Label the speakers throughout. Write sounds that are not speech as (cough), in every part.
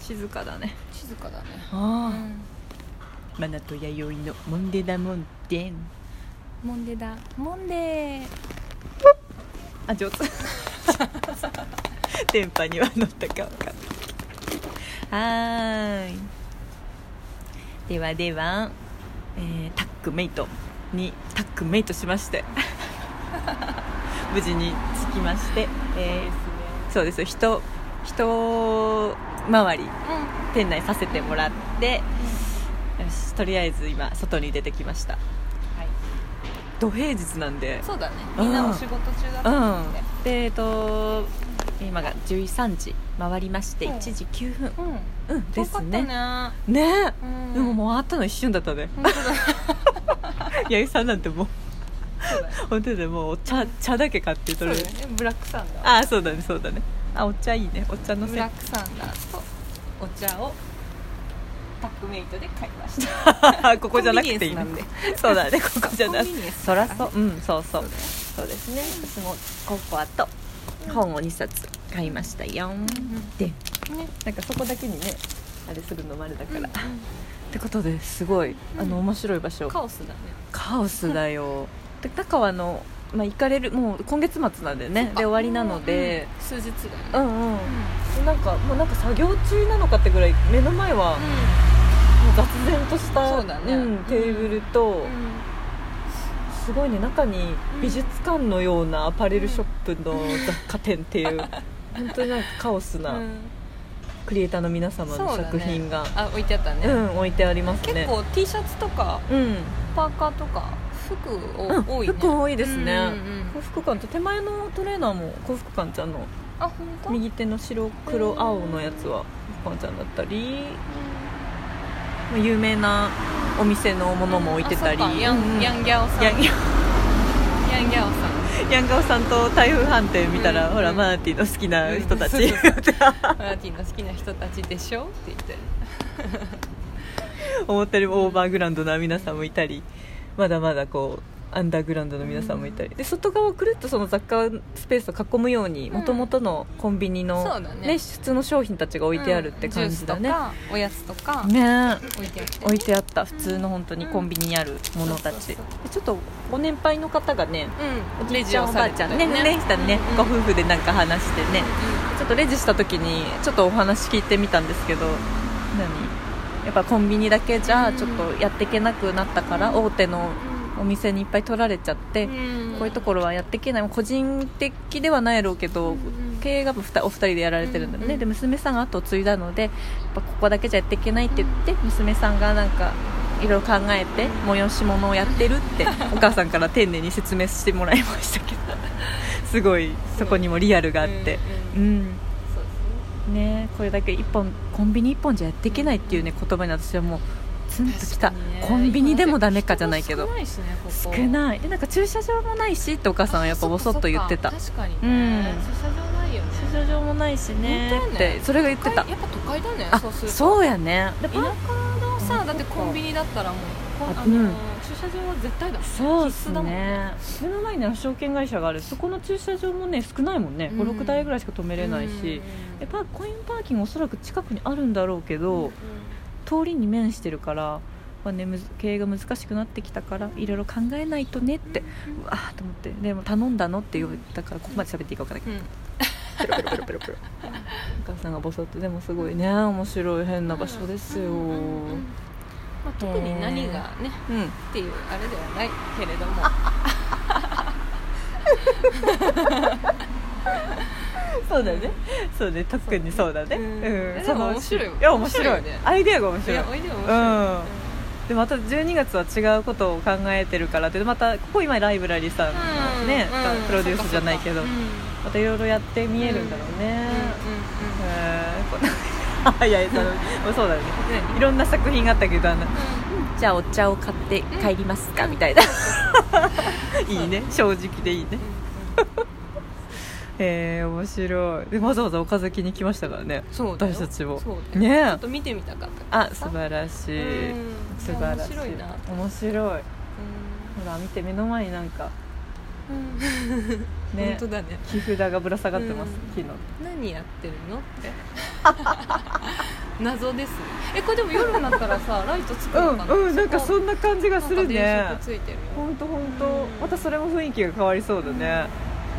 Speaker 1: 静かだね
Speaker 2: 静かだね
Speaker 1: あ
Speaker 2: うん
Speaker 1: マナと弥生のモンデダモンデン
Speaker 2: モンデだモンデー
Speaker 1: あ上手 (laughs) 電波には乗ったかわかんないはーいではでは、えータックメイトにタックメイトしまして (laughs) 無事に着きまして、えーそうです人人回り店内させてもらって、よしとりあえず今外に出てきました
Speaker 2: はい
Speaker 1: 土平日なんで
Speaker 2: そうだね
Speaker 1: うん
Speaker 2: みんなお仕事中だっ
Speaker 1: う
Speaker 2: た
Speaker 1: ん
Speaker 2: んで、
Speaker 1: でえっと今が13時回りまして
Speaker 2: うん
Speaker 1: 1時9分
Speaker 2: うん
Speaker 1: うんで
Speaker 2: 遠か
Speaker 1: す
Speaker 2: った
Speaker 1: ね
Speaker 2: ね
Speaker 1: ねえ
Speaker 2: うん
Speaker 1: でももうあったの一瞬だったね
Speaker 2: 本当だね
Speaker 1: 弥生さんなんてもう
Speaker 2: そうだね
Speaker 1: 本当でもうお茶茶だけ買って
Speaker 2: そ
Speaker 1: 取
Speaker 2: う
Speaker 1: れ
Speaker 2: だ
Speaker 1: る
Speaker 2: ねブラックサンダー
Speaker 1: ああそうだねそうだねあお茶いいねお茶の
Speaker 2: ブ
Speaker 1: せ
Speaker 2: ラックサンダーとお茶をタックメイトで買いました
Speaker 1: (laughs) ここじゃなくていい
Speaker 2: コ
Speaker 1: ね
Speaker 2: ンビニエンス
Speaker 1: そうだねここじゃな
Speaker 2: コ
Speaker 1: く
Speaker 2: ン
Speaker 1: て
Speaker 2: ビニエンス
Speaker 1: そらそう
Speaker 2: だ
Speaker 1: うんそうそうそうですね私もココアと本を2冊買いましたよ
Speaker 2: ん
Speaker 1: で
Speaker 2: ね
Speaker 1: なんかそこだけにねあれするのもあれだから、
Speaker 2: うんうん
Speaker 1: ってことですごいあの
Speaker 2: うん
Speaker 1: 面白い場所、
Speaker 2: カオスだね
Speaker 1: カオスだよ (laughs) で高はあの、まあ、行かれるもう今月末なんだよねで終わりなので、
Speaker 2: うんうん数日
Speaker 1: う
Speaker 2: だ
Speaker 1: んう
Speaker 2: ね
Speaker 1: ん、
Speaker 2: うん
Speaker 1: なんかもうなんか作業中なのかってぐらい目の前はもう雑然とした
Speaker 2: そうだね
Speaker 1: んテーブルと、
Speaker 2: うん
Speaker 1: すごいね中に美術館のようなアパレルショップの雑貨店って (laughs) いう、本当になんかカオスな
Speaker 2: うん
Speaker 1: クリエイターの皆様の
Speaker 2: そうだね
Speaker 1: 作品が
Speaker 2: あ置いてあった
Speaker 1: う,、
Speaker 2: ね
Speaker 1: ん置いてありますね
Speaker 2: 結構 T シャツとか
Speaker 1: うん
Speaker 2: パーカーとか服
Speaker 1: うん
Speaker 2: を多いね
Speaker 1: 服多いですね
Speaker 2: うんうん
Speaker 1: 幸福感と手前のトレーナーも幸福感ちゃんの
Speaker 2: あ本当
Speaker 1: 右手の白黒青のやつは幸福感ちゃんだったりまあ有名なお店のものも置いてたり
Speaker 2: あそっかヤ
Speaker 1: うん
Speaker 2: ンヤンギャオさん
Speaker 1: ヤンギャ
Speaker 2: ヤンギャオ
Speaker 1: ヤンガオさんと台風判定見たら、
Speaker 2: うん
Speaker 1: ほらマナティーの好きな人たち、
Speaker 2: うんそうさんマナティの好きな人たちでしょって言って
Speaker 1: (laughs) 思ったよりもオーバーグラウンドな皆さんもいたりまだまだこうアンダーグラウンドの皆さんもいたり、で外側をくるっとその雑貨スペースを囲むように
Speaker 2: ん
Speaker 1: もともとのコンビニ
Speaker 2: そ
Speaker 1: の、
Speaker 2: うだね
Speaker 1: 普通の商品たちが置いてあるって感じだね
Speaker 2: う、んジュースとかおやつとか
Speaker 1: ね
Speaker 2: 置いてあって
Speaker 1: 置いてあった普通の本当にコンビニにあるものたち、
Speaker 2: うん
Speaker 1: でちょっとご年配の方がね
Speaker 2: うん
Speaker 1: おじいちゃんおばあちゃんね
Speaker 2: レジをされてたよ
Speaker 1: ねしたね、
Speaker 2: うん
Speaker 1: ご夫婦でなんか話してねちょっとレジした時にちょっとお話聞いてみたんですけど何やっぱコンビニだけじゃ
Speaker 2: うん
Speaker 1: ちょっとやっていけなくなったから、大手のお店にいっぱい取られちゃって、こういうところはやっていけないもう個人的ではないやろうけど、
Speaker 2: うん
Speaker 1: 経営がふたお二人でやられてるんだよね、
Speaker 2: うん
Speaker 1: で娘さんが後を継いだのでやっぱここだけじゃやっていけないって言って、娘さんがなんかいろいろ考えて催し物をやってる
Speaker 2: (laughs)
Speaker 1: ってお母さんから丁寧に説明してもらいましたけどすごいそこにもリアルがあって
Speaker 2: う
Speaker 1: うんん、
Speaker 2: そう
Speaker 1: ねこれだけ一本コンビニ一本じゃやっていけないっていうね言葉に私はもうツンと
Speaker 2: ですね
Speaker 1: きた、
Speaker 2: 確かにね
Speaker 1: コンビニでもダメかじゃないけど
Speaker 2: 人も少ないしねこ
Speaker 1: 少
Speaker 2: こ
Speaker 1: ないでなんか駐車場もないしってお母さんはやっぱボソッと言ってた
Speaker 2: あそっかそっか確
Speaker 1: う
Speaker 2: かに
Speaker 1: ん
Speaker 2: ね駐車場ないよね
Speaker 1: 駐車場もないしねっ
Speaker 2: 本当やね
Speaker 1: てそれが言って
Speaker 2: 都
Speaker 1: た
Speaker 2: 会やっぱ都会だね
Speaker 1: あ
Speaker 2: そうすると
Speaker 1: そうやね
Speaker 2: 田舎のさだってコンビニだったらもうこん
Speaker 1: あ
Speaker 2: あの、
Speaker 1: うん
Speaker 2: 駐車場は絶対だもん
Speaker 1: そうっ
Speaker 2: 必
Speaker 1: す
Speaker 2: 須だもん
Speaker 1: ね目の前にあの証券会社があるそこの駐車場もね少ないもんね
Speaker 2: うん
Speaker 1: 56台ぐらいしか止めれないし
Speaker 2: うん
Speaker 1: でパーコインパーキングおそらく近くにあるんだろうけ
Speaker 2: うん
Speaker 1: ど通りに面してるから、まあね、むず経営が難しくなってきたからいろいろ考えないとねって
Speaker 2: うん
Speaker 1: うわーと思ってでも頼んだのって言ったからここまで喋っていいか分からない
Speaker 2: うん
Speaker 1: ペロペロペロペロペロお母さんがボソッとでもすごいね面白い変な場所ですよう
Speaker 2: うんうんうんうん
Speaker 1: ん
Speaker 2: まあ、特に何がねっていうあれではないけれども
Speaker 1: そうだねそうね特にそうだね
Speaker 2: うん
Speaker 1: うん
Speaker 2: え
Speaker 1: その
Speaker 2: でも面白いよ
Speaker 1: いや面白い
Speaker 2: 面白いよね
Speaker 1: アイデアが面
Speaker 2: い
Speaker 1: 白い
Speaker 2: やおいでよ面
Speaker 1: うん
Speaker 2: 白
Speaker 1: でまた12月は違うことを考えてるからでまたここ今ライブラリーさん
Speaker 2: い、うん
Speaker 1: ね
Speaker 2: うん
Speaker 1: プロデュースじゃないけど
Speaker 2: うんうんうん
Speaker 1: またいろいろやって見えるんだろうね
Speaker 2: うん
Speaker 1: へ (laughs) ーこいやいや (laughs) そのもうそうだよねいろんな作品があったけどあのじゃあお茶を買って帰りますかみたいな (laughs) いいね正直でいいねえー、面白いでわざわざ岡崎に来ましたからね
Speaker 2: そうだよ
Speaker 1: 私たちも
Speaker 2: そうだ
Speaker 1: ね
Speaker 2: よちょ
Speaker 1: え
Speaker 2: っと見てみたかった
Speaker 1: あ素晴らしい
Speaker 2: うん
Speaker 1: 素晴らしい
Speaker 2: 面白いな
Speaker 1: 面白い
Speaker 2: うん
Speaker 1: ほら見て目の前になんかね
Speaker 2: 本当だね
Speaker 1: 木札がぶら下がってます、
Speaker 2: うん
Speaker 1: (laughs) 木の
Speaker 2: 何やってるのって謎ですねえこれでも夜になった
Speaker 1: (laughs)
Speaker 2: らさライトつくのかな、
Speaker 1: うんうんなんかそ
Speaker 2: うん
Speaker 1: な感じがするね
Speaker 2: ついてるよ
Speaker 1: 本当本当またそれも雰囲気が変わりそうだね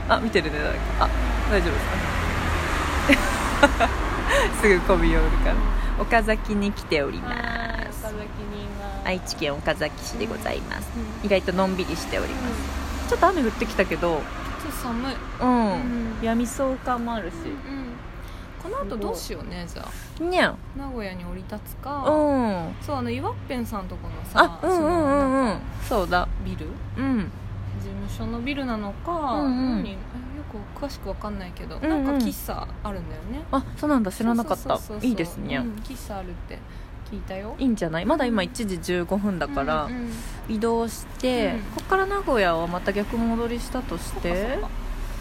Speaker 1: あ見てるね誰かあ大丈夫ですか (laughs) すぐ媚び寄るから岡崎に来ており
Speaker 2: は
Speaker 1: ま
Speaker 2: ーい岡
Speaker 1: す
Speaker 2: 崎にいます
Speaker 1: 愛知県岡崎市でございます
Speaker 2: うん
Speaker 1: 意外とのんびりしておりますちょっと雨降ってきたけど
Speaker 2: うんちょっと寒い
Speaker 1: うん、
Speaker 2: うん
Speaker 1: やみそう感もあるし
Speaker 2: この後どうしようねじゃあ
Speaker 1: にゃん
Speaker 2: 名古屋に降り立つか、
Speaker 1: うん
Speaker 2: そうあの岩っぺんさんとこのさ
Speaker 1: あうんうん
Speaker 2: その
Speaker 1: うんうんそうだ
Speaker 2: ビル
Speaker 1: うん
Speaker 2: 事務所のビルなのか、
Speaker 1: うんうん
Speaker 2: 何えよく詳しくわかんないけど、
Speaker 1: んうん
Speaker 2: なんか喫茶あるんだよね
Speaker 1: あそうなんだ知らなかった
Speaker 2: そうそうそうそう
Speaker 1: いいですね、
Speaker 2: うん喫茶あるって聞いたよ
Speaker 1: いいんじゃないまだ今1時15分だから、
Speaker 2: うんうん
Speaker 1: 移動して、
Speaker 2: う
Speaker 1: こ
Speaker 2: ん
Speaker 1: こから名古屋はまた逆戻りしたとして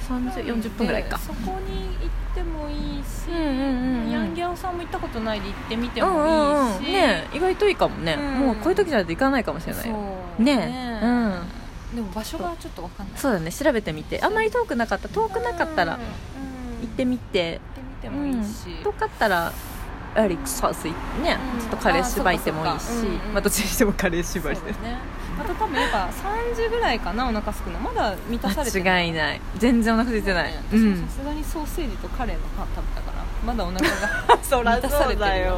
Speaker 1: 30 40分ぐらいか
Speaker 2: でそこに行ってもいいし、
Speaker 1: うんうんうん
Speaker 2: ヤンギャオさんも行ったことないで行ってみて
Speaker 1: うんうん
Speaker 2: も
Speaker 1: うん
Speaker 2: いいし、
Speaker 1: ねえ意外といいかもね、
Speaker 2: うん
Speaker 1: もうこういう時じゃないと行かないかもしれないよ
Speaker 2: そう
Speaker 1: ねえ
Speaker 2: ねえ
Speaker 1: うん
Speaker 2: でも場所がちょっとわかんない
Speaker 1: そうだね調べてみてあんまり遠くなかった遠くなかったら
Speaker 2: うん
Speaker 1: 行ってみて、
Speaker 2: 行ってみて
Speaker 1: う
Speaker 2: もいいし、
Speaker 1: 遠かったらやはりサウス行ってね、
Speaker 2: うん
Speaker 1: ちょっとカレー縛りでもいい
Speaker 2: あ
Speaker 1: し
Speaker 2: そっかそっかうんうん
Speaker 1: まあどっちにしてもカレー
Speaker 2: そ
Speaker 1: 縛
Speaker 2: う
Speaker 1: り
Speaker 2: だ
Speaker 1: で
Speaker 2: ねまた多分やっぱ3時ぐらいかなお腹すくのまだ満たされて
Speaker 1: 間違いない全然お腹空いてない、うん
Speaker 2: さすがにソーセージとカレーのパン食べたからまだお腹が
Speaker 1: そ
Speaker 2: 満たされてる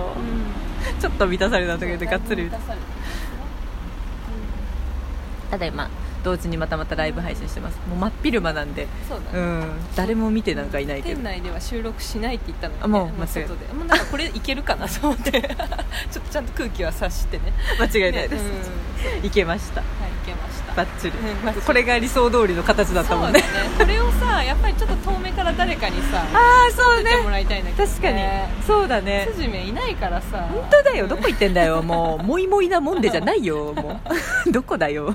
Speaker 2: うん
Speaker 1: ちょっと満たされたんだけ
Speaker 2: そ
Speaker 1: ど
Speaker 2: う
Speaker 1: がっつり
Speaker 2: 満たされてる
Speaker 1: ただいま同時にまたまたライブ配信してますもう真っ昼間なんで
Speaker 2: うんそうだ
Speaker 1: う
Speaker 2: ね
Speaker 1: ん誰も見てなんかいないけど
Speaker 2: 店内では収録しないって言ったのにね
Speaker 1: あもう
Speaker 2: もう
Speaker 1: 間違い
Speaker 2: 外でもうなんかこれいけるかなと思って (laughs) ちょっとちゃんと空気は察してね
Speaker 1: 間違いないです、
Speaker 2: ねうん
Speaker 1: いけました
Speaker 2: はいいけました
Speaker 1: バッチリ
Speaker 2: うんバッチリ
Speaker 1: これが理想通りの形だったもんね
Speaker 2: そうだねこれをさやっぱりちょっと遠目から誰かにさ
Speaker 1: ああそう
Speaker 2: 見ても
Speaker 1: ね
Speaker 2: らいたいんだけど、
Speaker 1: 確かにそうだね
Speaker 2: 辻めいないからさ
Speaker 1: 本当だよどこ行ってんだよもうモイモイなもんでじゃないよも
Speaker 2: (laughs)
Speaker 1: うどこだよ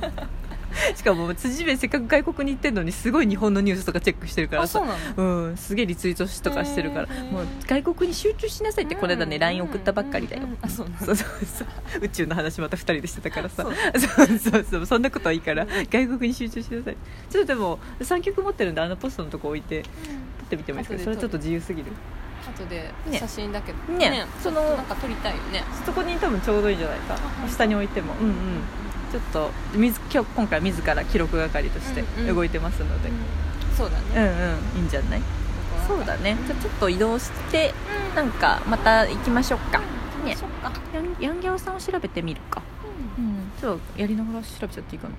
Speaker 1: しかも辻めせっかく外国に行ってんのにすごい日本のニュースとかチェックしてるから
Speaker 2: あ
Speaker 1: さ
Speaker 2: そうなの
Speaker 1: うん、すげえリツイートしとかしてるから
Speaker 2: へー
Speaker 1: もう外国に集中しなさいってこれだね
Speaker 2: うん
Speaker 1: LINE 送ったばっかりだよ
Speaker 2: うんうんあそうなんだ
Speaker 1: そうそうそう宇宙の話また2人でしてたからさ
Speaker 2: そ
Speaker 1: そうそうそうそんなことはいいから外国に集中しなさいちょっとでも3曲持ってるんであのポストのとこ置いて撮ってみてもいいですかそれ
Speaker 2: 後で
Speaker 1: ちょっと
Speaker 2: 撮る
Speaker 1: 自由すぎる
Speaker 2: 後で
Speaker 1: ね
Speaker 2: 写真だけど
Speaker 1: ね
Speaker 2: そのなんか撮りたいよね
Speaker 1: そこに多分ちょうどいいんじゃないか
Speaker 2: あ
Speaker 1: 下に置いてもうんうんちょっと自今日今回自ら記録係として
Speaker 2: うんうん
Speaker 1: 動いてますので、うん
Speaker 2: そうだ
Speaker 1: うん
Speaker 2: ね
Speaker 1: いいんじゃないそうだねじゃあちょっと移動して
Speaker 2: うん
Speaker 1: なんかまた行きましょうか
Speaker 2: ね
Speaker 1: ね
Speaker 2: そっか
Speaker 1: ヤンヤンギャオさんを調べてみるかうんちょっとやりながら調べちゃっていいかな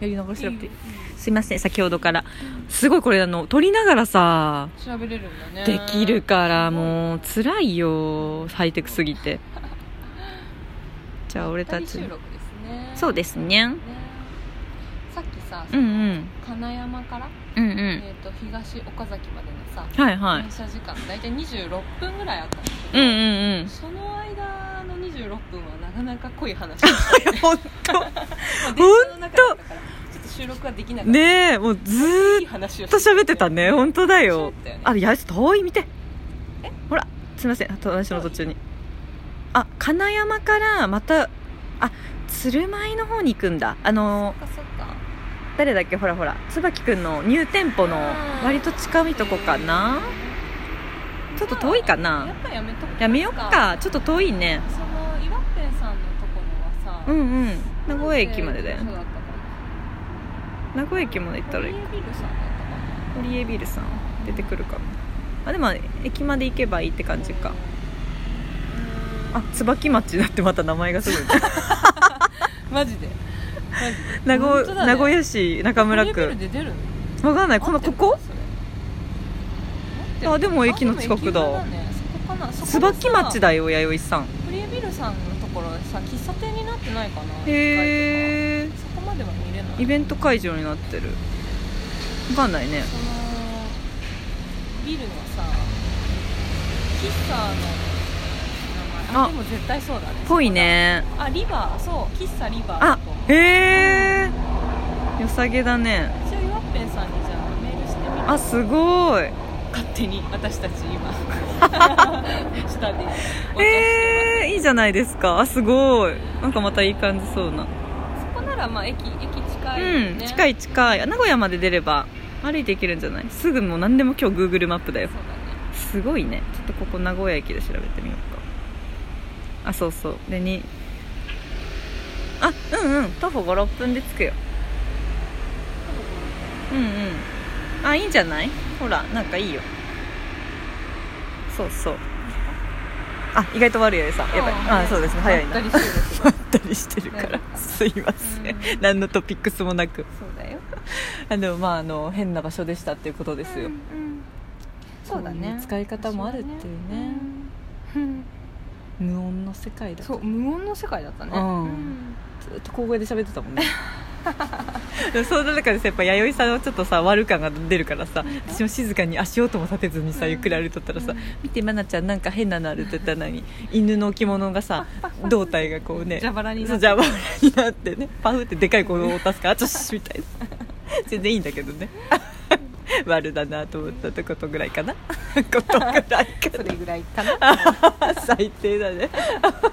Speaker 1: やりながら調べていいすいません先ほどからすごいこれあの撮りながらさ
Speaker 2: 調べれるんだね
Speaker 1: できるからもう辛いよハイテクすぎてじゃあ俺た
Speaker 2: 大
Speaker 1: ち
Speaker 2: 収録ですね
Speaker 1: そうですね
Speaker 2: ねさっきさ
Speaker 1: うんうん
Speaker 2: 金山から
Speaker 1: うんう
Speaker 2: え
Speaker 1: ん
Speaker 2: っと東岡崎までのさ
Speaker 1: はいはい
Speaker 2: 電車時間大体26分ぐらいあったんだけ
Speaker 1: う
Speaker 2: ど
Speaker 1: んうん (laughs)
Speaker 2: その間の26分はなかなか濃い話をし
Speaker 1: うん本
Speaker 2: て電車の中だったからちょっと収録はできな
Speaker 1: 当
Speaker 2: かった、
Speaker 1: ねえもうずー
Speaker 2: いい話を
Speaker 1: ずっと喋ってたね本当だよ
Speaker 2: 喋ったよね
Speaker 1: あやつ遠い見てほらすいません話の途中にあ金山からまたあ鶴舞の方に行くんだあ
Speaker 2: そ
Speaker 1: の
Speaker 2: っかそっか
Speaker 1: 誰だっけほらほら椿くんの入店舗の割と近いとこかなちょっと遠いか
Speaker 2: や
Speaker 1: な
Speaker 2: っぱやめとく
Speaker 1: やめよっかちょっと遠いね
Speaker 2: その岩っぺんさんのところはさ、
Speaker 1: うんうん名古屋駅までだよ
Speaker 2: そうだったか
Speaker 1: 名古屋駅まで行った
Speaker 2: な
Speaker 1: らいい
Speaker 2: ビールさんだったかな
Speaker 1: 堀江ビルさん出てくるかもあでも駅まで行けばいいって感じかあ椿町だってまた名前がすごい
Speaker 2: マジでマジで
Speaker 1: (laughs) 名
Speaker 2: 本
Speaker 1: 古
Speaker 2: 当だね
Speaker 1: 名古屋市中村
Speaker 2: ビール
Speaker 1: 区
Speaker 2: で出るの
Speaker 1: わかんないこのここあでも駅の近くだ椿町
Speaker 2: だ
Speaker 1: だよ弥生さん
Speaker 2: フリービルさんのところさ喫茶店になってないかなえ
Speaker 1: へえ
Speaker 2: そこまでは見れない
Speaker 1: イベント会場になってるわかんないね
Speaker 2: そのビルのさ喫茶の名前あ
Speaker 1: あ
Speaker 2: でも絶対そうだね
Speaker 1: ぽいね
Speaker 2: あリバーそう喫茶リバーだ
Speaker 1: あ
Speaker 2: と思う
Speaker 1: へえ良さげだね
Speaker 2: 一応ゆわっぺんさんにじゃあメールしてみる
Speaker 1: あすごい
Speaker 2: 勝手に私たち
Speaker 1: (laughs)
Speaker 2: 今下でお茶して、
Speaker 1: えー、いいじゃないですかあすごいなんかまたいい感じそうな
Speaker 2: そこならまあ駅駅近いよね、
Speaker 1: うん近
Speaker 2: い
Speaker 1: い近い名古屋まで出れば歩いていけるんじゃないすぐもう何でも今日 Google マップだ
Speaker 2: そう
Speaker 1: よ
Speaker 2: だね
Speaker 1: すごいねちょっとここ名古屋駅で調べてみようかあそうそうでにあうんうん徒歩56分で着くようんうんあいいんじゃないほらなんかいいよそうそうあ意外と悪いよさやばいあそうですね早いな
Speaker 2: まったりして
Speaker 1: ったりしてる
Speaker 2: るけど
Speaker 1: から、
Speaker 2: ね
Speaker 1: すいません、
Speaker 2: (laughs) うん
Speaker 1: 何のトピックスもなく
Speaker 2: そうだよ
Speaker 1: あでもまああの変な場所でしたっていうことですよ、
Speaker 2: うんうんそうだ
Speaker 1: そう
Speaker 2: ね
Speaker 1: いう使い方もあるっていうね
Speaker 2: そうだねうん
Speaker 1: 無音の世界だ
Speaker 2: そ
Speaker 1: と
Speaker 2: う無音の世界だったね
Speaker 1: うんずっと小声で喋ってたもんね (laughs) でもそんな中でさやっぱ弥生さんはちょっとさ悪感が出るからさ私も静かに足音も立てずにさ
Speaker 2: うん
Speaker 1: ゆっくり歩いとったらさ
Speaker 2: うん
Speaker 1: 「見て愛菜ちゃんなんか変なのある」って言ったのに犬の置物がさ胴体がこうね
Speaker 2: 蛇腹になって
Speaker 1: そう蛇腹になってねパフってでかい子を出すから「あちょっし」みたいな (laughs) 全然いいんだけどね (laughs) 悪だなと思ったとことぐらいかな (laughs) ことぐらいか
Speaker 2: そ
Speaker 1: な
Speaker 2: れぐらいかな
Speaker 1: 最低だね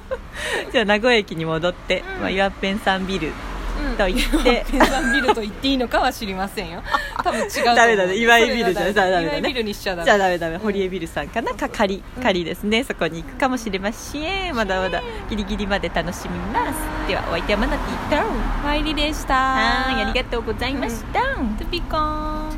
Speaker 1: (laughs) じゃあ名古屋駅に戻って、
Speaker 2: うん
Speaker 1: まあ、岩ペンさんビル
Speaker 2: うん
Speaker 1: と言って
Speaker 2: ペンザンビルと言っていいのかは知りませんよ多分違うと思う
Speaker 1: ダメだね岩井ビルじゃ
Speaker 2: それは
Speaker 1: ダメだね
Speaker 2: 岩井ビルにしちゃダ
Speaker 1: (laughs)
Speaker 2: メ
Speaker 1: じゃあダメダメ堀江ビルさんかな、か仮仮ですねそこに行くかもしれませんまだまだギリギリまで楽しみますではお相手はマナティーと
Speaker 2: ワイリでした
Speaker 1: はーいありがとうございました、
Speaker 2: トピコーン